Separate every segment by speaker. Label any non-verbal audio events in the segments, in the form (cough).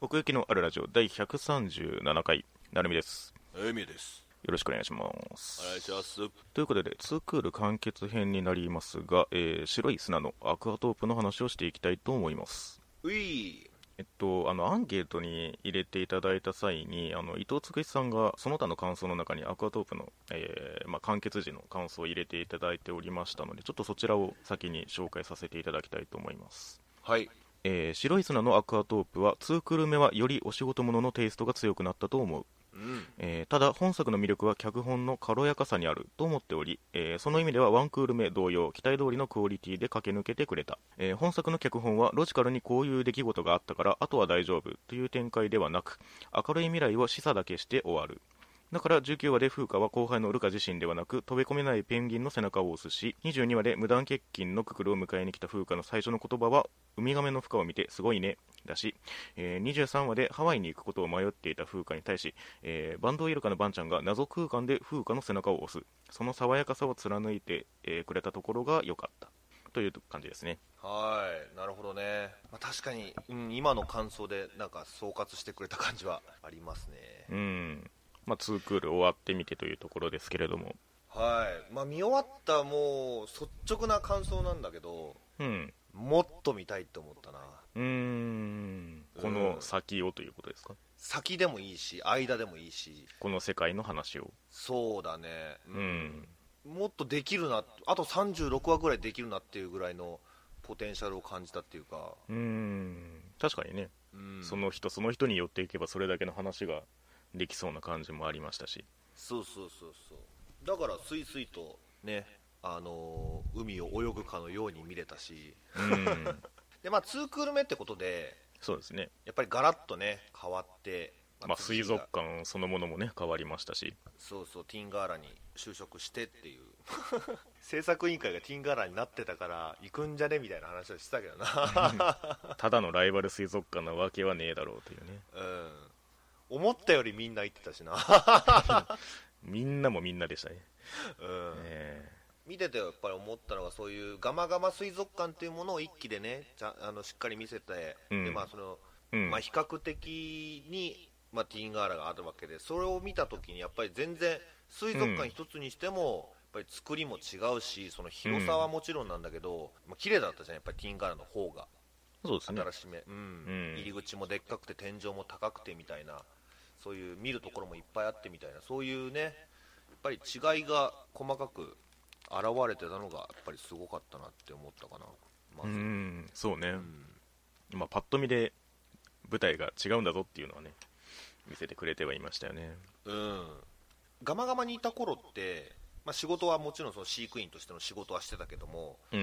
Speaker 1: 奥行きのあるラジオ第137回なるみです
Speaker 2: えみです
Speaker 1: よろしくお願いします
Speaker 2: お願いします
Speaker 1: ということで2クール完結編になりますが、えー白い砂のアクアトープの話をしていきたいと思います
Speaker 2: うい
Speaker 1: えっと、あのアンケートに入れていただいた際にあの伊藤つくしさんがその他の感想の中にアクアトープの、えーまあ、完結時の感想を入れていただいておりましたのでちょっとそちらを先に紹介させていただきたいと思います
Speaker 2: はい
Speaker 1: えー白い砂のアクアトープは2クール目はよりお仕事もののテイストが強くなったと思う、
Speaker 2: うん
Speaker 1: えーただ本作の魅力は脚本の軽やかさにあると思っており、えーその意味では1クール目同様期待通りのクオリティで駆け抜けてくれた、えー本作の脚本はロジカルにこういう出来事があったからあとは大丈夫という展開ではなく明るい未来を示唆だけして終わるだから19話で風花は後輩のルカ自身ではなく飛び込めないペンギンの背中を押すし22話で無断欠勤のククルを迎えに来た風花の最初の言葉はウミガメの負荷を見てすごいねだし、えー23話でハワイに行くことを迷っていた風花に対し、えーバンドウイルカのバンちゃんが謎空間で風花の背中を押すその爽やかさを貫いて、えーくれたところが良かったという感じですね
Speaker 2: はいなるほどね、まあ、確かに、うん、今の感想でなんか総括してくれた感じはありますね
Speaker 1: うんまあ2クール終わってみてというところですけれども
Speaker 2: はいまあ見終わったもう率直な感想なんだけど
Speaker 1: うん
Speaker 2: もっと見たいと思ったな
Speaker 1: うーんこの先をということですか
Speaker 2: 先でもいいし間でもいいし
Speaker 1: この世界の話を
Speaker 2: そうだね、
Speaker 1: う、ん
Speaker 2: もっとできるなあと36話ぐらいできるなっていうぐらいのポテンシャルを感じたっていうか、
Speaker 1: うん確かにね、
Speaker 2: うん、
Speaker 1: その人その人によっていけばそれだけの話ができそうな感じもありましたし
Speaker 2: そうそうそうそうだからスイスイとねあのー海を泳ぐかのように見れたし
Speaker 1: うん
Speaker 2: でまあ2クール目ってことで
Speaker 1: そうですね、
Speaker 2: やっぱりガラッとね変わって、
Speaker 1: まあ、水族
Speaker 2: 館
Speaker 1: 館そのものもね変わりましたし
Speaker 2: そうそうティンガーラに就職してっていう (laughs) 制作委員会がティンガーラになってたから行くんじゃねみたいな話はしてたけどな
Speaker 1: ただのライバル水族館なわけはねえだろうというね
Speaker 2: うん思ったよりみんな行ってたしな、 (laughs)
Speaker 1: みんなもみんなでしたね、
Speaker 2: うん
Speaker 1: え
Speaker 2: 見ててやっぱり思ったのがそういうガマガマ水族館っていうものを一気でねちゃあのしっかり見せて、
Speaker 1: うん
Speaker 2: でまあその
Speaker 1: えうん
Speaker 2: まあ、比較的に、まあ、ティーンガーラがあるわけでそれを見た時にやっぱり全然水族館一つにしても、やっぱり作りも違うしその広さはもちろんなんだけど、まあ綺麗だったじゃんやっぱりティーンガーラの方が
Speaker 1: そうですね
Speaker 2: 新しめ、うん
Speaker 1: うん
Speaker 2: 入り口もでっかくて天井も高くてみたいなそういう見るところもいっぱいあってみたいなそういうねやっぱり違いが細かく現れてたのがやっぱりすごかったなって思ったかなま
Speaker 1: う
Speaker 2: ず、
Speaker 1: んそうね、
Speaker 2: うん
Speaker 1: まあ、パッと見で舞台が違うんだぞっていうのはね見せてくれてはいましたよね
Speaker 2: うん、ガマガマにいた頃って、まあ、仕事はもちろんその飼育員としての仕事はしてたけども、
Speaker 1: うん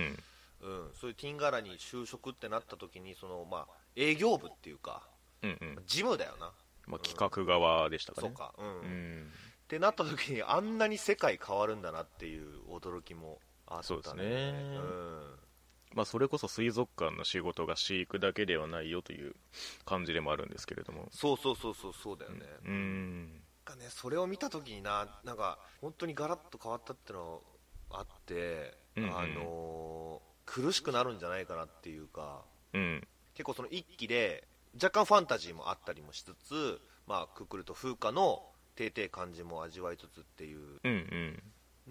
Speaker 2: うん、そういうティンガーラに就職ってなった時にそのまあ営業部っていうか
Speaker 1: うんうん
Speaker 2: 事務だよな、
Speaker 1: まあ、企画側でしたか
Speaker 2: そ
Speaker 1: ね
Speaker 2: うか、うん
Speaker 1: うん
Speaker 2: ってなった時にあんなに世界変わるんだなっていう驚きもあったね
Speaker 1: そうですね
Speaker 2: うん
Speaker 1: まあ、それこそ水族館の仕事が飼育だけではないよという感じでもあるんですけれども
Speaker 2: そうそうそうそうそうだよね、
Speaker 1: うん
Speaker 2: なんかねそれを見た時にななんか本当にガラッと変わったってのあって、
Speaker 1: うんうん
Speaker 2: あのー苦しくなるんじゃないかなっていうか
Speaker 1: うん
Speaker 2: 結構その一期で若干ファンタジーもあったりもしつつ、まあ、クックルと風花のていてい感じも味わいつつっていう
Speaker 1: うんうん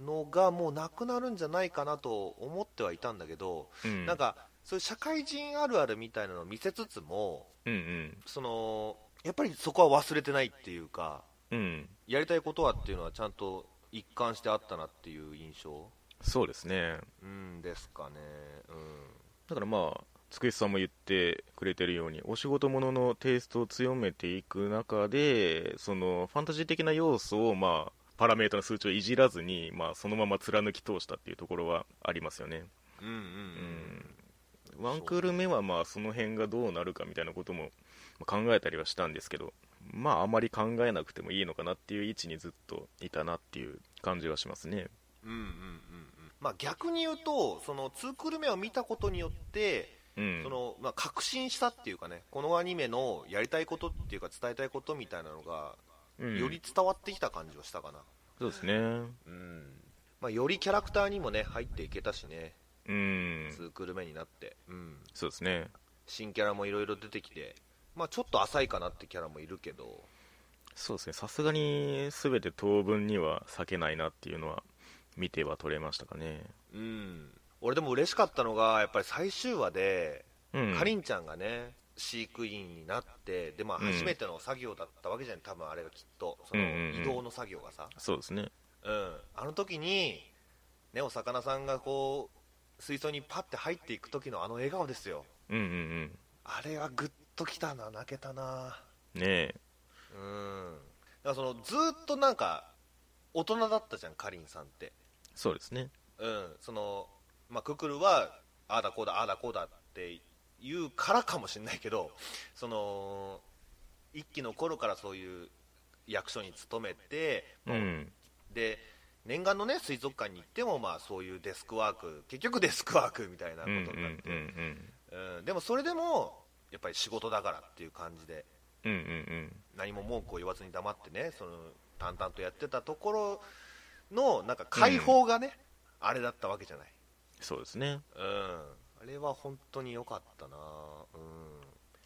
Speaker 2: のがもうなくなるんじゃないかなと思ってはいたんだけど、
Speaker 1: うん
Speaker 2: なんかそういう社会人あるあるみたいなのを見せつつも
Speaker 1: うんうん
Speaker 2: そのやっぱりそこは忘れてないっていうか
Speaker 1: うん
Speaker 2: やりたいことはっていうのはちゃんと一貫してあったなっていう印象、
Speaker 1: そうですね
Speaker 2: うん、ですかね、
Speaker 1: だからまあつくしさんも言ってくれてるようにお仕事もののテイストを強めていく中でそのファンタジー的な要素をまあパラメータの数値をいじらずに、まあ、そのまま貫き通したっていうところはありますよね。
Speaker 2: うん、うんうん
Speaker 1: ワンクール目はまあその辺がどうなるかみたいなことも考えたりはしたんですけど、まああまり考えなくてもいいのかなっていう位置にずっといたなっていう感じはしますね。
Speaker 2: うんうんうんうんまあ、逆に言うとその2クール目を見たことによって、
Speaker 1: うん。
Speaker 2: そのまあ、確信したっていうかねこのアニメのやりたいことっていうか伝えたいことみたいなのが
Speaker 1: うん
Speaker 2: より伝わってきた感じはしたかな、
Speaker 1: そうですね。
Speaker 2: うんまあ、よりキャラクターにもね入っていけたしね
Speaker 1: うん。
Speaker 2: 2クール目になって、うん、
Speaker 1: そうですね。
Speaker 2: 新キャラもいろいろ出てきてまあ、ちょっと浅いかなってキャラもいるけど、
Speaker 1: そうですねさすがに全て当分には避けないなっていうのは見ては取れましたかね
Speaker 2: うん、俺でも嬉しかったのが、やっぱり最終話で、
Speaker 1: うん
Speaker 2: かりんちゃんがね、飼育員になって、でまあ、
Speaker 1: うん
Speaker 2: 初めての作業だったわけじゃん、多分あれがきっと、そ
Speaker 1: うんうん
Speaker 2: の
Speaker 1: うん
Speaker 2: 移動の作業がさ、
Speaker 1: そうですね
Speaker 2: うん、あの時に、ね、お魚さんがこう、水槽にパッて入っていく時のあの笑顔ですよ、
Speaker 1: うんうんうん
Speaker 2: あれはぐっときたな、泣けたな、
Speaker 1: ねえ
Speaker 2: うん、だからそのずーっとなんか、大人だったじゃん、かりんさんって。
Speaker 1: そうですね
Speaker 2: うん、その、まあ、ククルはああだこうだああだこうだって言うからかもしれないけどその一期の頃からそういう役所に勤めて、
Speaker 1: うん
Speaker 2: で念願のね水族館に行ってもまあそういうデスクワーク結局デスクワークみたいなこ
Speaker 1: う
Speaker 2: と
Speaker 1: んう
Speaker 2: に
Speaker 1: んう
Speaker 2: なって、
Speaker 1: ん
Speaker 2: うんでもそれでもやっぱり仕事だからっていう感じで
Speaker 1: うんうんうん
Speaker 2: 何も文句を言わずに黙ってねその淡々とやってたところのなんか解放がね、あれだったわけじゃない
Speaker 1: そうですね
Speaker 2: うん、あれは本当に良かったな、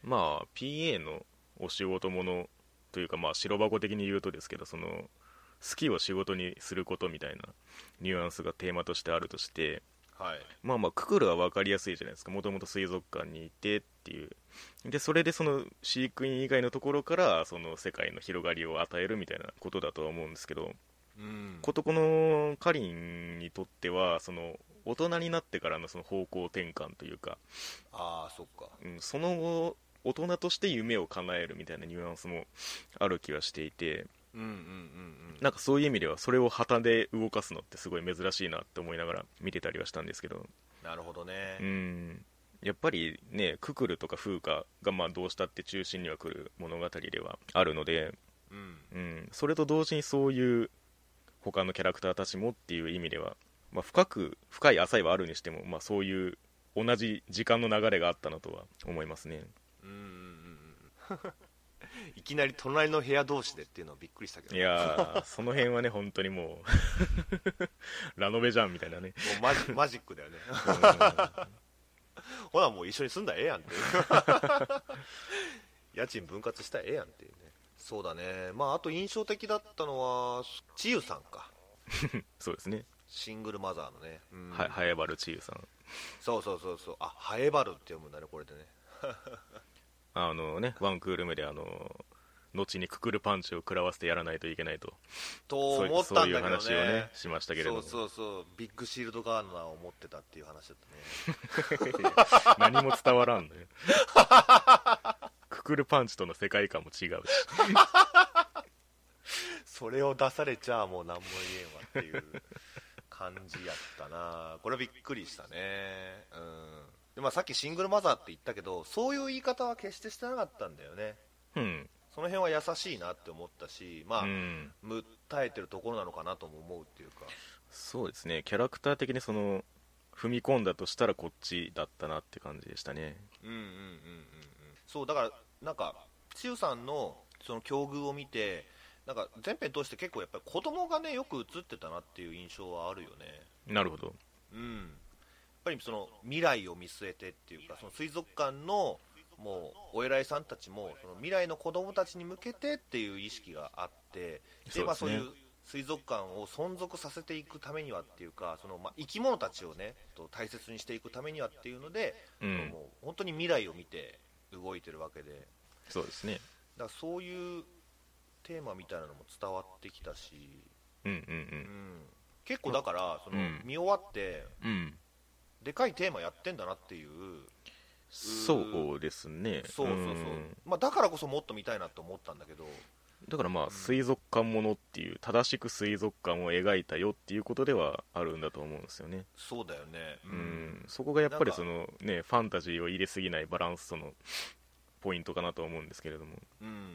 Speaker 2: う
Speaker 1: まあ PA のお仕事ものというかまあ白箱的に言うとですけどその好きを仕事にすることみたいなニュアンスがテーマとしてあるとして
Speaker 2: ん、はい、
Speaker 1: まあまあククルは分かりやすいじゃないですかもともと水族館にいてっていうでそれでその飼育員以外のところからその世界の広がりを与えるみたいなことだとは思うんですけど
Speaker 2: うん
Speaker 1: ことこのかりんにとってはその大人になってからのその方向転換というか
Speaker 2: ああそっか、
Speaker 1: うん、その後大人として夢を叶えるみたいなニュアンスもある気はしていて
Speaker 2: うんうんうんうん、
Speaker 1: なんかそういう意味ではそれを旗で動かすのってすごい珍しいなって思いながら見てたりはしたんですけど
Speaker 2: なるほどね、
Speaker 1: うんやっぱりねククルとか風花がまあどうしたって中心には来る物語ではあるので、
Speaker 2: うん
Speaker 1: うん、それと同時にそういう他のキャラクターたちもっていう意味では、まあ、深く深い浅いはあるにしても、まあ、そういう同じ時間の流れがあったなとは思いますね。
Speaker 2: うんうんうんうんいきなり隣の部屋同士でっていうのはびっくりしたけど
Speaker 1: い (laughs) やーその辺はね本当にもう (laughs) ラノベじゃんみたいなね、
Speaker 2: もうマジマ (laughs) ジックだよねほらもう一緒に住んだらええやんっていう (laughs) 家賃分割したらええやんっていうねそうだねまああと印象的だったのは千代さんか
Speaker 1: そうですね、
Speaker 2: シングルマザーのね、うん
Speaker 1: ははやばるちゆさん
Speaker 2: そうそうそうそうあハエバルって読むんだねこれでね
Speaker 1: あのねワンクール目であの後にククルパンチを食らわせてやらないといけないと
Speaker 2: と
Speaker 1: そうい
Speaker 2: 思ったんだけどね
Speaker 1: そういう話をねしましたけれども
Speaker 2: そうそうそうビッグシールドガーナーを持ってたっていう話だったね
Speaker 1: 何も伝わらんのよククルパンチとの世界観も違うし
Speaker 2: それを出されちゃあもう何も言えんわっていう感じやったなこれびっくりしたねうんで、まあ、さっきシングルマザーって言ったけどそういう言い方は決してしてなかったんだよね
Speaker 1: うん、
Speaker 2: その辺は優しいなって思ったしまあ、
Speaker 1: うん、
Speaker 2: 訴えてるところなのかなとも思うっていうか
Speaker 1: そうですねキャラクター的にその踏み込んだとしたらこっちだったなって感じでしたね
Speaker 2: うんうんうんうんうんそうだからなんか千代さんのその境遇を見てなんか前編通して結構やっぱり子供がねよく映ってたなっていう印象はあるよね
Speaker 1: なるほど
Speaker 2: うんやっぱりその未来を見据えてっていうかその水族館のもうお偉いさんたちもその未来の子供たちに向けてっていう意識があってでまあ
Speaker 1: そ
Speaker 2: そうう
Speaker 1: です
Speaker 2: い
Speaker 1: ね
Speaker 2: う水族館を存続させていくためにはっていうかそのまあ生き物たちをねと大切にしていくためにはっていうので
Speaker 1: うん
Speaker 2: もう本当に未来を見て動いてるわけで
Speaker 1: そうですね
Speaker 2: だからそういうテーマみたいなのも伝わってきたし、
Speaker 1: うんう
Speaker 2: うんん、結構だからその
Speaker 1: うん
Speaker 2: 見終わって
Speaker 1: うんうん
Speaker 2: でかいテーマやってんだなっていう
Speaker 1: そうですね
Speaker 2: そうそうそう、
Speaker 1: ん
Speaker 2: まあ、だからこそもっと見たいなと思ったんだけど
Speaker 1: だからまあ水族館ものっていう正しく水族館を描いたよっていうことではあるんだと思うんですよね、
Speaker 2: そうだよねう、
Speaker 1: うんんそこがやっぱり
Speaker 2: なんか
Speaker 1: そのねファンタジーを入れすぎないバランスとのポイントかなと思うんですけれども
Speaker 2: うん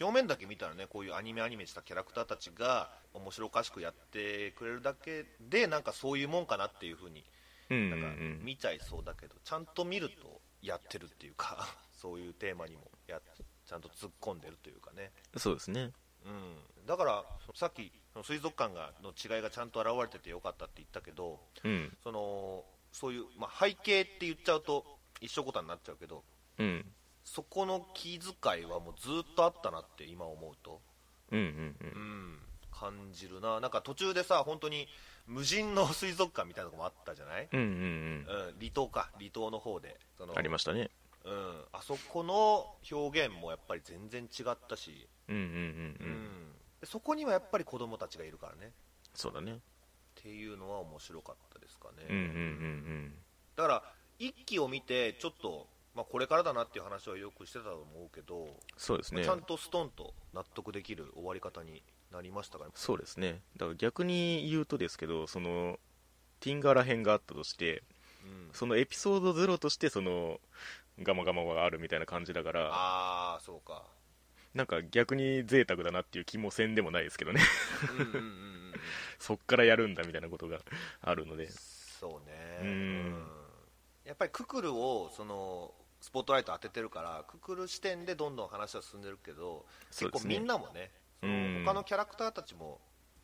Speaker 2: 表面だけ見たらねこういうアニメアニメしたキャラクターたちが面白おかしくやってくれるだけでなんかそういうもんかなっていうふうに
Speaker 1: うんうん
Speaker 2: な
Speaker 1: うん
Speaker 2: か
Speaker 1: ん
Speaker 2: 見ちゃいそうだけど、ちゃんと見るとやってるっていうか、 (laughs) そういうテーマにもやちゃんと突っ込んでるというかね、
Speaker 1: そうですね
Speaker 2: うん、だからそさっき、その水族館がの違いがちゃんと現れててよかったって言ったけど、
Speaker 1: うん
Speaker 2: そのそういう、まあ、背景って言っちゃうと、一緒ことになっちゃうけど、
Speaker 1: うん
Speaker 2: そこの気遣いはもうずっとあったなって今思うと、
Speaker 1: うんうんう
Speaker 2: うんん、感じるななんか途中でさ本当に無人の水族館みたいなとこもあったじゃない、
Speaker 1: うんうん
Speaker 2: うん、離島か離島の方でそ
Speaker 1: うん
Speaker 2: の
Speaker 1: ありましたね
Speaker 2: うん、あそこの表現もやっぱり全然違ったし、
Speaker 1: うんうん
Speaker 2: う
Speaker 1: うんんうん
Speaker 2: そこにはやっぱり子供たちがいるからね
Speaker 1: そうだね
Speaker 2: っていうのは面白かったですかね、
Speaker 1: うんうんうん
Speaker 2: だから一期を見てちょっと、まあ、これからだなっていう話はよくしてたと思うけど、
Speaker 1: そうですね
Speaker 2: ちゃんとストンと納得できる終わり方になりましたから、
Speaker 1: そうですねだから逆に言うとですけどそのティンガラ編があったとして
Speaker 2: うん、
Speaker 1: そのエピソード0としてそのガマガマがあるみたいな感じだから
Speaker 2: ああそうか
Speaker 1: なんか逆に贅沢だなっていう気もせんでもないですけどね
Speaker 2: うんうんうんうん
Speaker 1: そっからやるんだみたいなことがあるので
Speaker 2: そうね
Speaker 1: うん
Speaker 2: やっぱりククルをそのスポットライト当ててるからククル視点でどんどん話は進んでるけど
Speaker 1: そうで
Speaker 2: 結構
Speaker 1: すね
Speaker 2: みんなもねそ
Speaker 1: うん
Speaker 2: の他のキャラクターたちも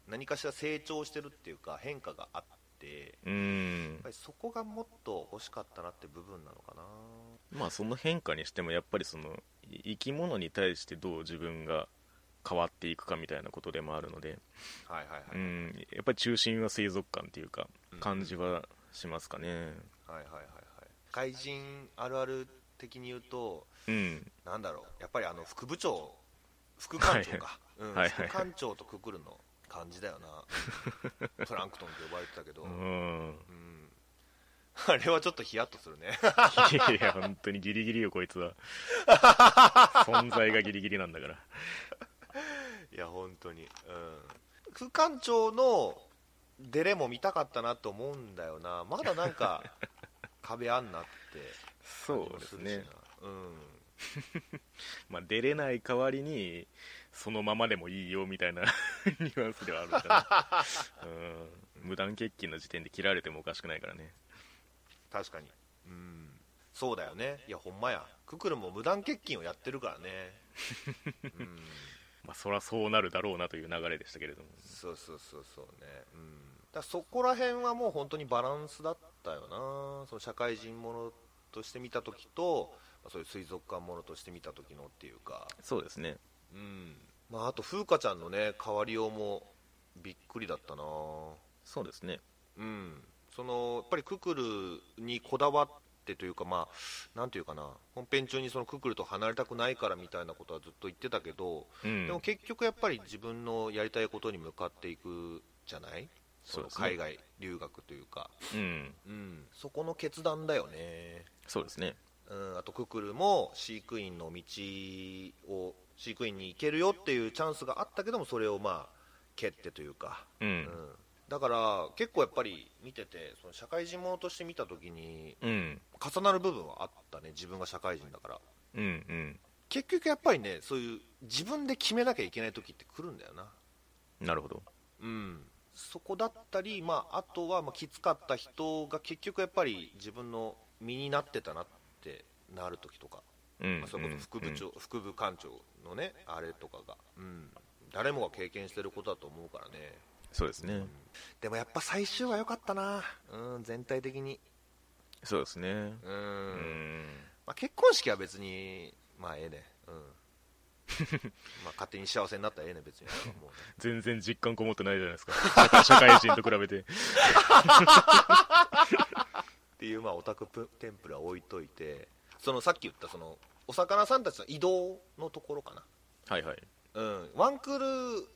Speaker 2: 何かしら成長してるっていうか変化があって
Speaker 1: うーん
Speaker 2: やっぱりそこがもっと欲しかったなって部分なのかな
Speaker 1: まあその変化にしてもやっぱりそのい生き物に対してどう自分が変わっていくかみたいなことでもあるので
Speaker 2: はいはいはい、
Speaker 1: うんやっぱり中心は水族館っていうか
Speaker 2: うん
Speaker 1: 感じはしますかね
Speaker 2: はいはいはいはい怪人あるある的に言うと
Speaker 1: うん
Speaker 2: なんだろうやっぱりあの副部長副艦長か、うん
Speaker 1: はいはい
Speaker 2: 副艦長とくくるの感じだよ
Speaker 1: (laughs)
Speaker 2: なプランクトンって呼ばれてたけど、
Speaker 1: う
Speaker 2: うん
Speaker 1: ん
Speaker 2: あれはちょっとヒヤッとす
Speaker 1: (laughs)
Speaker 2: るね
Speaker 1: いや本当にギリギリよこいつ
Speaker 2: (laughs)
Speaker 1: は存在がギリギリなんだから
Speaker 2: いや本当に、うん、副艦長のデレも見たかったなと思うんだよなまだなんか壁あんなって感じ
Speaker 1: そう
Speaker 2: も
Speaker 1: です
Speaker 2: るしな
Speaker 1: ね
Speaker 2: うん
Speaker 1: まあ出れない代わりにそのままでもいいよみたいな (laughs) ニュアンスではあるから (laughs) うん無断欠勤の時点で切られてもおかしくないからね
Speaker 2: 確かにうんそうだよねいやほんまやククルも無断欠勤をやってるか
Speaker 1: (laughs)
Speaker 2: らねうん
Speaker 1: まあそらそうなるだろうなという流れでしたけれども
Speaker 2: そうそうそうそうねうんだからそこら辺はもう本当にバランスだったよなその社会人ものとして見た時とまあそういう水族館ものとして見た時のっていうか
Speaker 1: そうですね
Speaker 2: うんまああと風花ちゃんのね変わりようもびっくりだったな
Speaker 1: そうですね
Speaker 2: うん、そのやっぱりククルにこだわってというか、まあ、なんていうかな、本編中にそのククルと離れたくないからみたいなことはずっと言ってたけど、
Speaker 1: うん
Speaker 2: でも結局やっぱり自分のやりたいことに向かっていくじゃない、
Speaker 1: そうですね
Speaker 2: その海外留学というか、
Speaker 1: うん
Speaker 2: うん、そこの決断だよね、
Speaker 1: そうですね
Speaker 2: うん、あとククルも飼育員の道を、飼育員に行けるよっていうチャンスがあったけども、それをまあ、蹴ってというか。
Speaker 1: うん
Speaker 2: うんだから結構やっぱり見ててその社会人ものとして見た時に
Speaker 1: うん
Speaker 2: 重なる部分はあったね自分が社会人だから
Speaker 1: うんうん
Speaker 2: 結局やっぱりねそういう自分で決めなきゃいけない時って来るんだよな
Speaker 1: なるほど
Speaker 2: うんそこだったり、まあ、あとはまあきつかった人が結局やっぱり自分の身になってたなってなる時とか、
Speaker 1: うん
Speaker 2: まあ、それこそ副部長、副部官長のねあれとかが、うん、誰もが経験してることだと思うからね
Speaker 1: そうですね
Speaker 2: でもやっぱ最終は良かったな、うん、全体的に、
Speaker 1: そうですね
Speaker 2: うん
Speaker 1: うん
Speaker 2: まあ、結婚式は別に、まあええね、うん (laughs) まあ勝手に幸せになったらええね、 (laughs) 別に、もうね
Speaker 1: 全然実感こもってないじゃないですか社会人と比べて
Speaker 2: っていう、まあ、オタクプテンプラ置いといて、そのさっき言ったそのお魚さんたちの移動のところかな、
Speaker 1: はいはい
Speaker 2: うん、ワンクール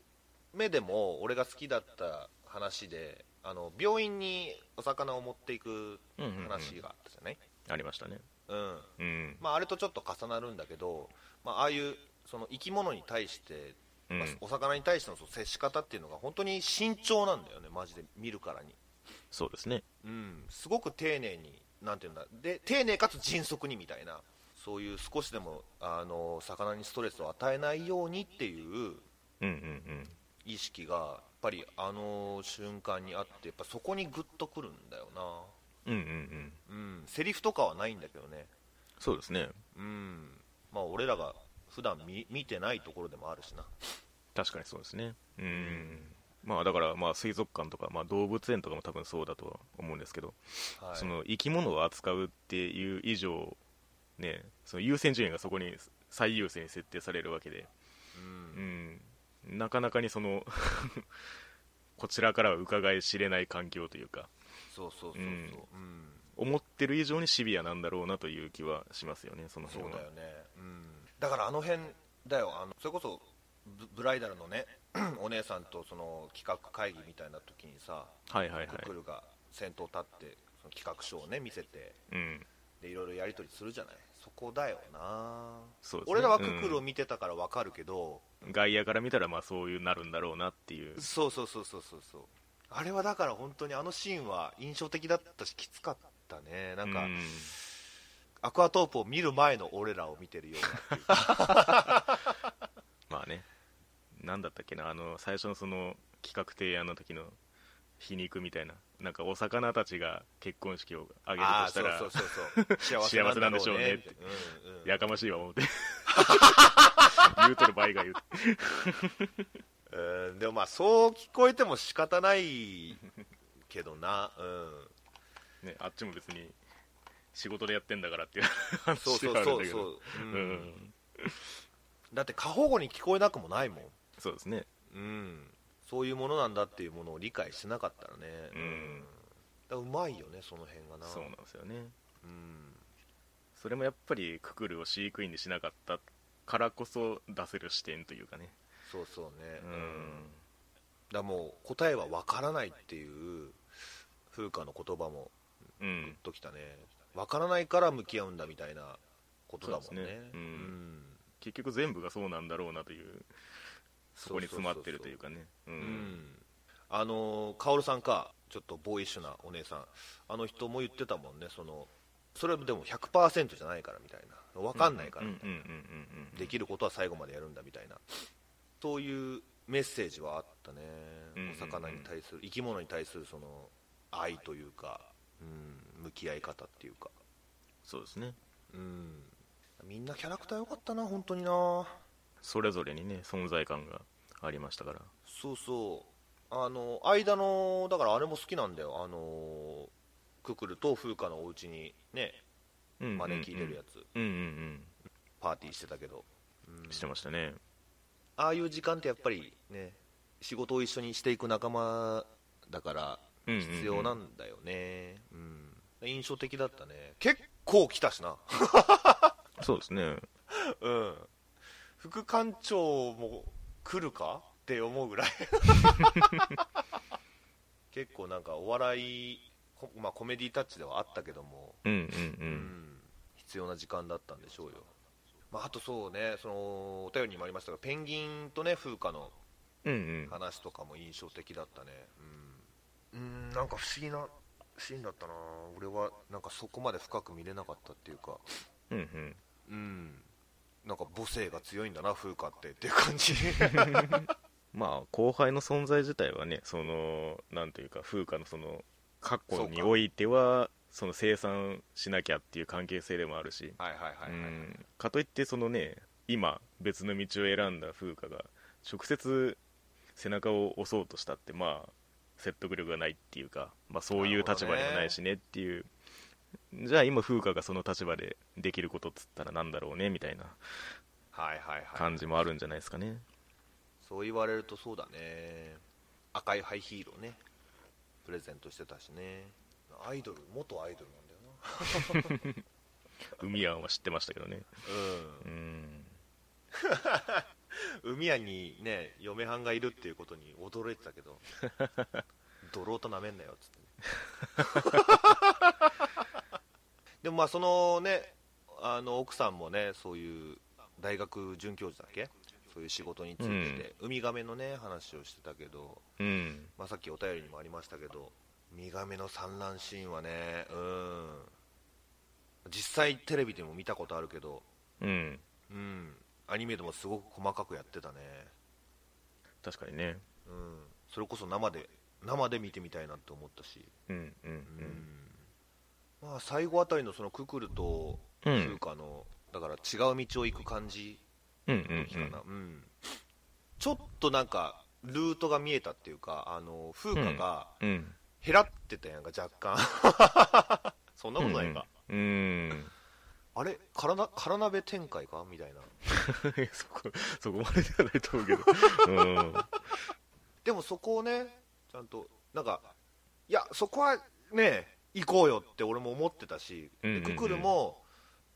Speaker 2: 目でも俺が好きだった話で、あの病院にお魚を持っていく
Speaker 1: うんうんうん
Speaker 2: 話があったじゃない。
Speaker 1: ありましたね
Speaker 2: うん
Speaker 1: うん
Speaker 2: まあ、あれとちょっと重なるんだけど、まあ、ああいうその生き物に対して、
Speaker 1: うん
Speaker 2: まあお魚に対してのその接し方っていうのが本当に慎重なんだよねマジで見るからに、
Speaker 1: そうですね
Speaker 2: うん、すごく丁寧になんていうんだで丁寧かつ迅速にみたいなそういう少しでもあの魚にストレスを与えないようにっていう
Speaker 1: うんうんうん
Speaker 2: 意識がやっぱりあの瞬間にあってやっぱそこにグッとくるんだよ
Speaker 1: うんうんうん
Speaker 2: な、うん、セリフとかはないんだけどね
Speaker 1: そうですね
Speaker 2: うんまあ俺らが普段見見てないところでもあるしな
Speaker 1: 確かにそうですねうんまあだからまあ水族館とかまあ動物園とかも多分そうだとは思うんですけど、
Speaker 2: はい
Speaker 1: その生き物を扱うっていう以上ね、その優先順位がそこに最優先に設定されるわけで、
Speaker 2: うん
Speaker 1: うん、なかなかにその (laughs) こちらからは伺い知れない環境というか
Speaker 2: そうそうそうそ
Speaker 1: う
Speaker 2: う、う
Speaker 1: んん思ってる以上にシビアなんだろうなという気はしますよねその
Speaker 2: そう
Speaker 1: 辺は
Speaker 2: だよね、うん、だからあの辺だよあのそれこそブブライダルのね (clears throat) お姉さんとその企画会議みたいな時にさ、
Speaker 1: はいはいはい
Speaker 2: クックルが先頭立ってその企画書をね見せて
Speaker 1: うん
Speaker 2: でいろいろやり取りするじゃないそこだよな、
Speaker 1: そうですね
Speaker 2: 俺らはクックルを見てたからわかるけど、
Speaker 1: 外野から見たらまあそういうなるんだろうなっていう
Speaker 2: そうそうそうそうそうそうあれはだから本当にあのシーンは印象的だったしきつかったねなんか、
Speaker 1: うん
Speaker 2: アクアトープを見る前の俺らを見てるような
Speaker 1: まあねなんだったっけなあの最初のその企画提案の時の皮肉みたいななんかお魚たちが結婚式を挙げるとしたら
Speaker 2: あーそうそうそう
Speaker 1: (laughs)
Speaker 2: そう
Speaker 1: 幸せなんでしょうねって
Speaker 2: 幸せなんだろうねってうんうん
Speaker 1: やかましいわ思
Speaker 2: (laughs)
Speaker 1: って言うとる場合が言う
Speaker 2: うんでもまあそう聞こえても仕方ないけどな、うん、
Speaker 1: ね、あっちも別に仕事でやってんだからっていう話
Speaker 2: そうそう
Speaker 1: ではある
Speaker 2: そ
Speaker 1: んだ
Speaker 2: う
Speaker 1: け
Speaker 2: そ
Speaker 1: ど
Speaker 2: う、う
Speaker 1: うんん、
Speaker 2: だって過保護に聞こえなくもないもん、
Speaker 1: そうですね
Speaker 2: うん、そういうものなんだっていうものを理解しなかったらね、
Speaker 1: うん
Speaker 2: だからうまいよねその辺がな
Speaker 1: そうなんですよね
Speaker 2: うん
Speaker 1: それもやっぱりククルを飼育員にしなかったからこそ出せる視点というかね
Speaker 2: そうそうね、
Speaker 1: う
Speaker 2: うん
Speaker 1: ん
Speaker 2: だからもう答えは分からないっていう風花の言葉も
Speaker 1: うん、
Speaker 2: グッときたね分からないから向き合うんだみたいなことだもん
Speaker 1: そう
Speaker 2: ね
Speaker 1: ですねうん
Speaker 2: ん
Speaker 1: 結局全部がそうなんだろうなというそこに詰まってるというかねう
Speaker 2: うんんあのカオルさんかちょっとボーイッシュなお姉さんあの人も言ってたもんねそのそれでも100%じゃないからみたいな分かんないから
Speaker 1: うんう
Speaker 2: み
Speaker 1: ん
Speaker 2: た
Speaker 1: う
Speaker 2: い
Speaker 1: ん
Speaker 2: な、できることは最後までやるんだみたいなそういうメッセージはあったね、
Speaker 1: うんうんうん
Speaker 2: お魚に対する生き物に対するその愛というか、うん、向き合い方っていうか、
Speaker 1: そうですね
Speaker 2: うん、みんなキャラクター良かったな本当にな
Speaker 1: それぞれにね存在感がありましたから
Speaker 2: そうそうあの間のだからあれも好きなんだよあのククルと風花のお家にね招き入れるや
Speaker 1: つ
Speaker 2: つ、
Speaker 1: うんうん
Speaker 2: パーティーしてたけど、うん
Speaker 1: うんしてましたね
Speaker 2: ああいう時間ってやっぱりね仕事を一緒にしていく仲間だから
Speaker 1: うんうんうん
Speaker 2: 必要なんだよね、うん印象的だったね結構来たしな
Speaker 1: そうですね
Speaker 2: うん副館長も来るかって思うぐらい結構なんかお笑い、こまあ、コメディタッチではあったけども、
Speaker 1: うんうんう
Speaker 2: うんん、必要な時間だったんでしょうよ、まあ、あとそうねそのお便りにもありましたがペンギンとね風花の
Speaker 1: うんうん
Speaker 2: 話とかも印象的だったねうんうんなんか不思議なシーンだったな俺はなんかそこまで深く見れなかったっていうか
Speaker 1: うんうん
Speaker 2: うんなんか母性が強いんだな風花ってっていう感
Speaker 1: (laughs)
Speaker 2: じ
Speaker 1: まあ後輩の存在自体はねそのなんていうか風花のその過去においてはその生産しなきゃっていう関係性でもあるし、
Speaker 2: はいはいはい、
Speaker 1: う
Speaker 2: はい
Speaker 1: んかといってそのね今別の道を選んだ風花が直接背中を押そうとしたってまあ説得力がないっていうか、まあ、そういう立場でもないしねっていう、じゃあ今風花がその立場でできることっつったらなんだろうねみたいな
Speaker 2: はいはいはい
Speaker 1: 感じもあるんじゃないですかね、
Speaker 2: そう言われるとそうだね赤いハイヒーローねプレゼントしてたしねアイドル元アイドルなんだよ
Speaker 1: 海庵は知ってましたけどね
Speaker 2: なうん
Speaker 1: うん
Speaker 2: 海屋にね嫁はんがいるっていうことに驚いてたけど泥となめんなよっつってね (laughs) でもまあそのねあの奥さんもねそういう大学准教授だっけそういう仕事について、ウミガメのね話をしてたけど、
Speaker 1: うん
Speaker 2: まあ、さっきお便りにもありましたけどウミガメの産卵シーンはねうん実際テレビでも見たことあるけど
Speaker 1: うん
Speaker 2: うんアニメでもすごく細かくやってたね
Speaker 1: 確かにね
Speaker 2: うん、それこそ生で生で見てみたいなって思ったし、
Speaker 1: うんうん
Speaker 2: うんまあ、最後あたりのそのククルと
Speaker 1: うん
Speaker 2: 風花の、だから違う道を行く感じ
Speaker 1: うんうん
Speaker 2: の時かな、うんちょっとなんかルートが見えたっていうかあの風花が
Speaker 1: うんうん
Speaker 2: 減らってたやんか若干そんなことないか、
Speaker 1: うん
Speaker 2: あれカラナカラナベ展開かみたいな
Speaker 1: (laughs) そこそこまでではないと思う
Speaker 2: (laughs)
Speaker 1: けど、うん、
Speaker 2: でもそこをねちゃんとなんかいやそこはね行こうよって俺も思ってたし、
Speaker 1: う
Speaker 2: で
Speaker 1: んうんうん
Speaker 2: ククルも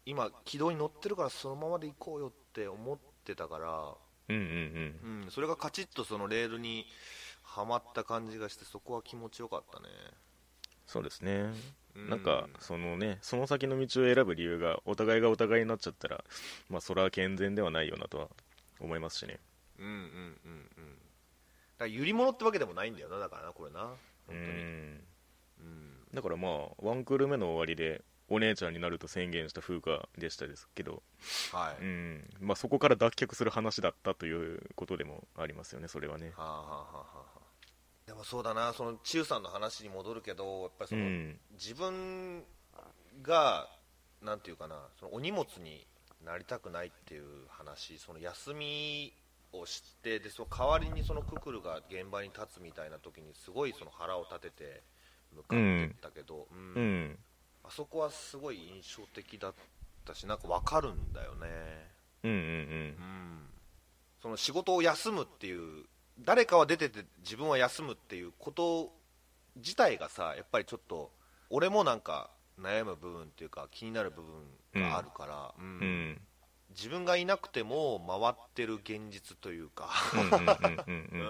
Speaker 2: 今軌道に乗ってるからそのままで行こうよって思ってたから
Speaker 1: うんうん
Speaker 2: うん、それがカチッとそのレールにはまった感じがしてそこは気持ちよかったね、
Speaker 1: そうですね、
Speaker 2: う
Speaker 1: なんかそのねその先の道を選ぶ理由がお互いがお互いになっちゃったらまあそれは健全ではないよなとは思いますしね
Speaker 2: うんうんうんうんだから揺り物ってわけでもないんだよなだからなこれな本当
Speaker 1: う
Speaker 2: に
Speaker 1: ん
Speaker 2: うん
Speaker 1: だからまあワンクール目の終わりでお姉ちゃんになると宣言した風花でしたですけど、
Speaker 2: は
Speaker 1: う
Speaker 2: い、
Speaker 1: んまあ、そこから脱却する話だったということでもありますよねそれはね
Speaker 2: はあはあはあはあでもそうだなその千代さんの話に戻るけどやっぱり
Speaker 1: う
Speaker 2: その、
Speaker 1: ん
Speaker 2: 自分がなんていうかなそのお荷物になりたくないっていう話その休みをしてでその代わりにそのククルが現場に立つみたいな時にすごいその腹を立てて向かってったけど、うん
Speaker 1: うん
Speaker 2: あそこはすごい印象的だったしなんか分かるんだよね、
Speaker 1: うんうんうん
Speaker 2: うん、その仕事を休むっていう誰かは出てて自分は休むっていうこと自体がさやっぱりちょっと俺もなんか悩む部分っていうか気になる部分があるから、うん
Speaker 1: うん
Speaker 2: 自分がいなくても回ってる現実というか、
Speaker 1: うんうんうん
Speaker 2: う
Speaker 1: うんん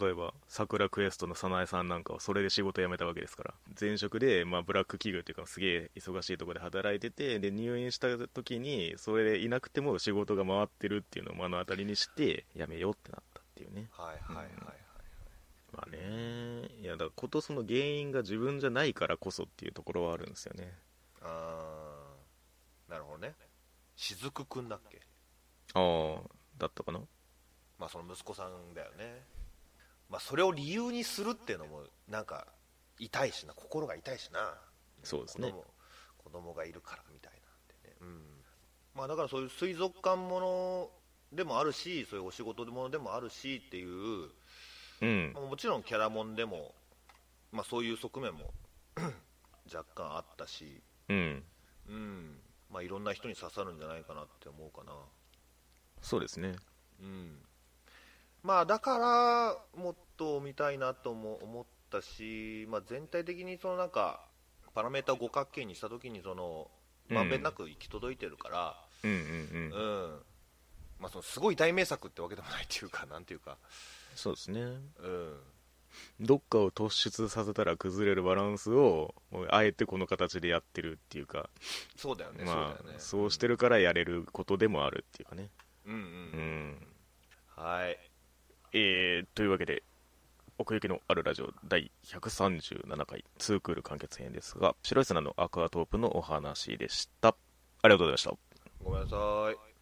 Speaker 1: 例えば桜クエストの早苗さんなんかはそれで仕事辞めたわけですから前職で、まあ、ブラック企業というかすげえ忙しいところで働いててで入院した時にそれでいなくても仕事が回ってるっていうのを目の当たりにして辞めようってなったっていうね
Speaker 2: はいはいはいはい、
Speaker 1: まあねいやだからことその原因が自分じゃないからこそっていうところはあるんですよね
Speaker 2: あーなるほどね雫くんだっけ
Speaker 1: ああだったかな
Speaker 2: まあその息子さんだよねまあそれを理由にするっていうのもなんか痛いしな心が痛いしな
Speaker 1: そうですね
Speaker 2: 子供子供がいるからみたいなんでね、うんまあ、だからそういう水族館ものでもあるしそういうお仕事ものでもあるしっていう、
Speaker 1: うん
Speaker 2: まあもちろんキャラもんでも、まあ、そういう側面も (coughs) 若干あったし、
Speaker 1: うん
Speaker 2: うんまあ、いろんな人に刺さるんじゃないかなって思うかな
Speaker 1: そうですね
Speaker 2: うんまあだからもっと見たいなとも思ったし、まあ、全体的にそのなんかパラメータを五角形にした時にその
Speaker 1: うん
Speaker 2: まんべんなく行き届いてるから、
Speaker 1: うんうん
Speaker 2: う
Speaker 1: う
Speaker 2: ん
Speaker 1: ん
Speaker 2: まあ、そのすごい大名作ってわけでもないっていうかなんていうか、
Speaker 1: そうですね
Speaker 2: うん、
Speaker 1: どっかを突出させたら崩れるバランスをもうあえてこの形でやってるっていうか、
Speaker 2: そうだよね、
Speaker 1: ま
Speaker 2: そうだよ
Speaker 1: あ
Speaker 2: ね
Speaker 1: そうしてるからやれることでもあるっていうかね
Speaker 2: うんうん
Speaker 1: う
Speaker 2: うん、
Speaker 1: ん
Speaker 2: はい
Speaker 1: えー、というわけで奥行きのあるラジオ第137回ツークール完結編ですが白い砂のアクアトープのお話でしたありがとうございました
Speaker 2: ごめんなさい